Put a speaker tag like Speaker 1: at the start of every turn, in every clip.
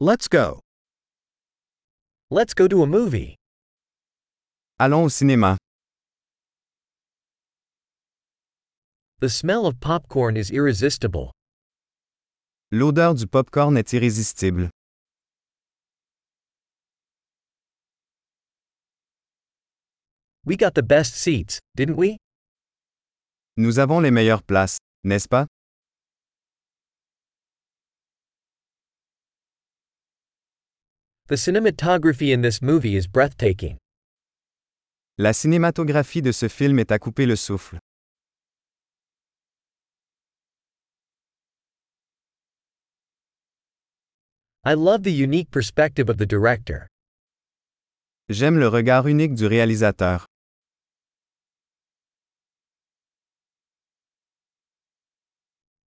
Speaker 1: Let's go.
Speaker 2: Let's go to a movie.
Speaker 1: Allons au cinéma.
Speaker 2: The smell of popcorn is irresistible.
Speaker 1: L'odeur du popcorn est irrésistible.
Speaker 2: We got the best seats, didn't we?
Speaker 1: Nous avons les meilleures places, n'est-ce pas?
Speaker 2: The cinematography in this movie is breathtaking.
Speaker 1: La cinématographie de ce film est à couper le souffle.
Speaker 2: I love the unique perspective of the director.
Speaker 1: J'aime le regard unique du réalisateur.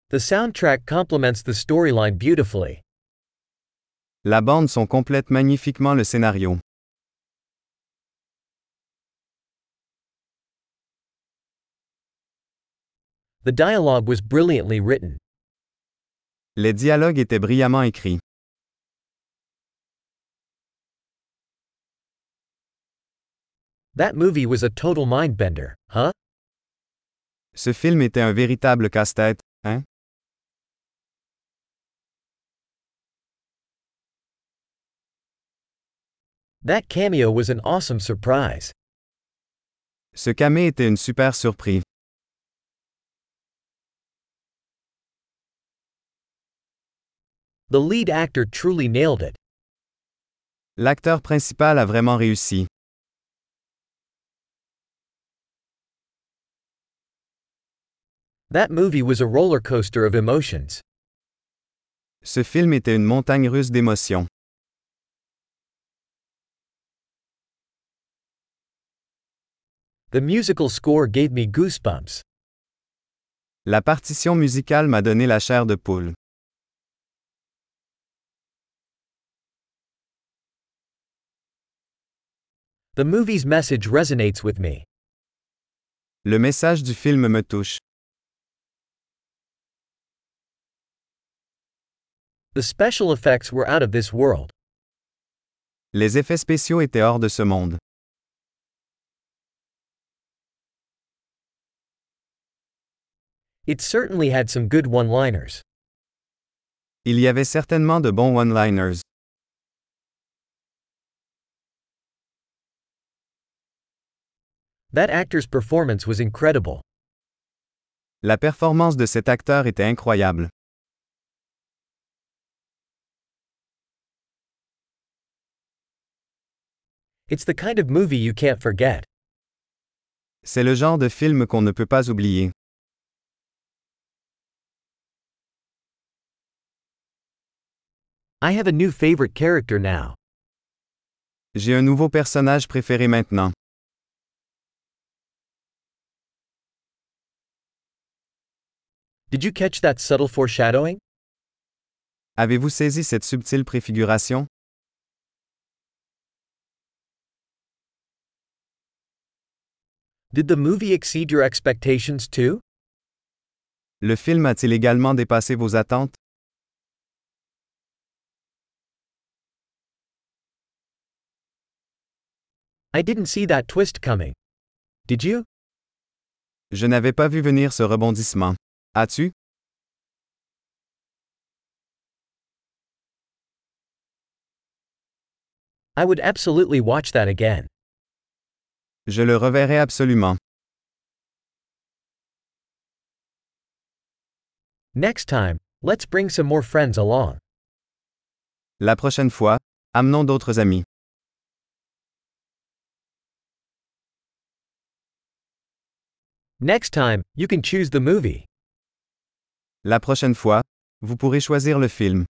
Speaker 2: The soundtrack complements the storyline beautifully.
Speaker 1: La bande son complète magnifiquement le scénario.
Speaker 2: The dialogue was brilliantly written.
Speaker 1: Les dialogues étaient brillamment écrits.
Speaker 2: That movie was a total mindbender, huh?
Speaker 1: Ce film était un véritable casse-tête, hein?
Speaker 2: That cameo was an awesome surprise.
Speaker 1: Ce camé était une super surprise.
Speaker 2: The lead actor truly nailed it.
Speaker 1: L'acteur principal a vraiment réussi.
Speaker 2: That movie was a roller coaster of emotions.
Speaker 1: Ce film était une montagne russe d'émotions.
Speaker 2: The musical score gave me goosebumps.
Speaker 1: La partition musicale m'a donné la chair de poule.
Speaker 2: The movie's message resonates with me.
Speaker 1: Le message du film me touche.
Speaker 2: The special effects were out of this world.
Speaker 1: Les effets spéciaux étaient hors de ce monde.
Speaker 2: It certainly had some good one liners.
Speaker 1: Il y avait certainement de bons one-liners.
Speaker 2: That actor's performance was incredible.
Speaker 1: La performance de cet acteur était incroyable.
Speaker 2: It's the kind of movie you can't forget.
Speaker 1: C'est le genre de film qu'on ne peut pas oublier.
Speaker 2: I have a new favorite character now.
Speaker 1: J'ai un nouveau personnage préféré maintenant.
Speaker 2: Did you catch that subtle foreshadowing?
Speaker 1: Avez-vous saisi cette subtile préfiguration?
Speaker 2: Did the movie exceed your expectations too?
Speaker 1: Le film a-t-il également dépassé vos attentes?
Speaker 2: I didn't see that twist coming. Did you?
Speaker 1: Je n'avais pas vu venir ce rebondissement. As-tu?
Speaker 2: I would absolutely watch that again.
Speaker 1: Je le reverrai absolument.
Speaker 2: Next time, let's bring some more friends along.
Speaker 1: La prochaine fois, amenons d'autres amis.
Speaker 2: Next time, you can choose the movie.
Speaker 1: La prochaine fois, vous pourrez choisir le film.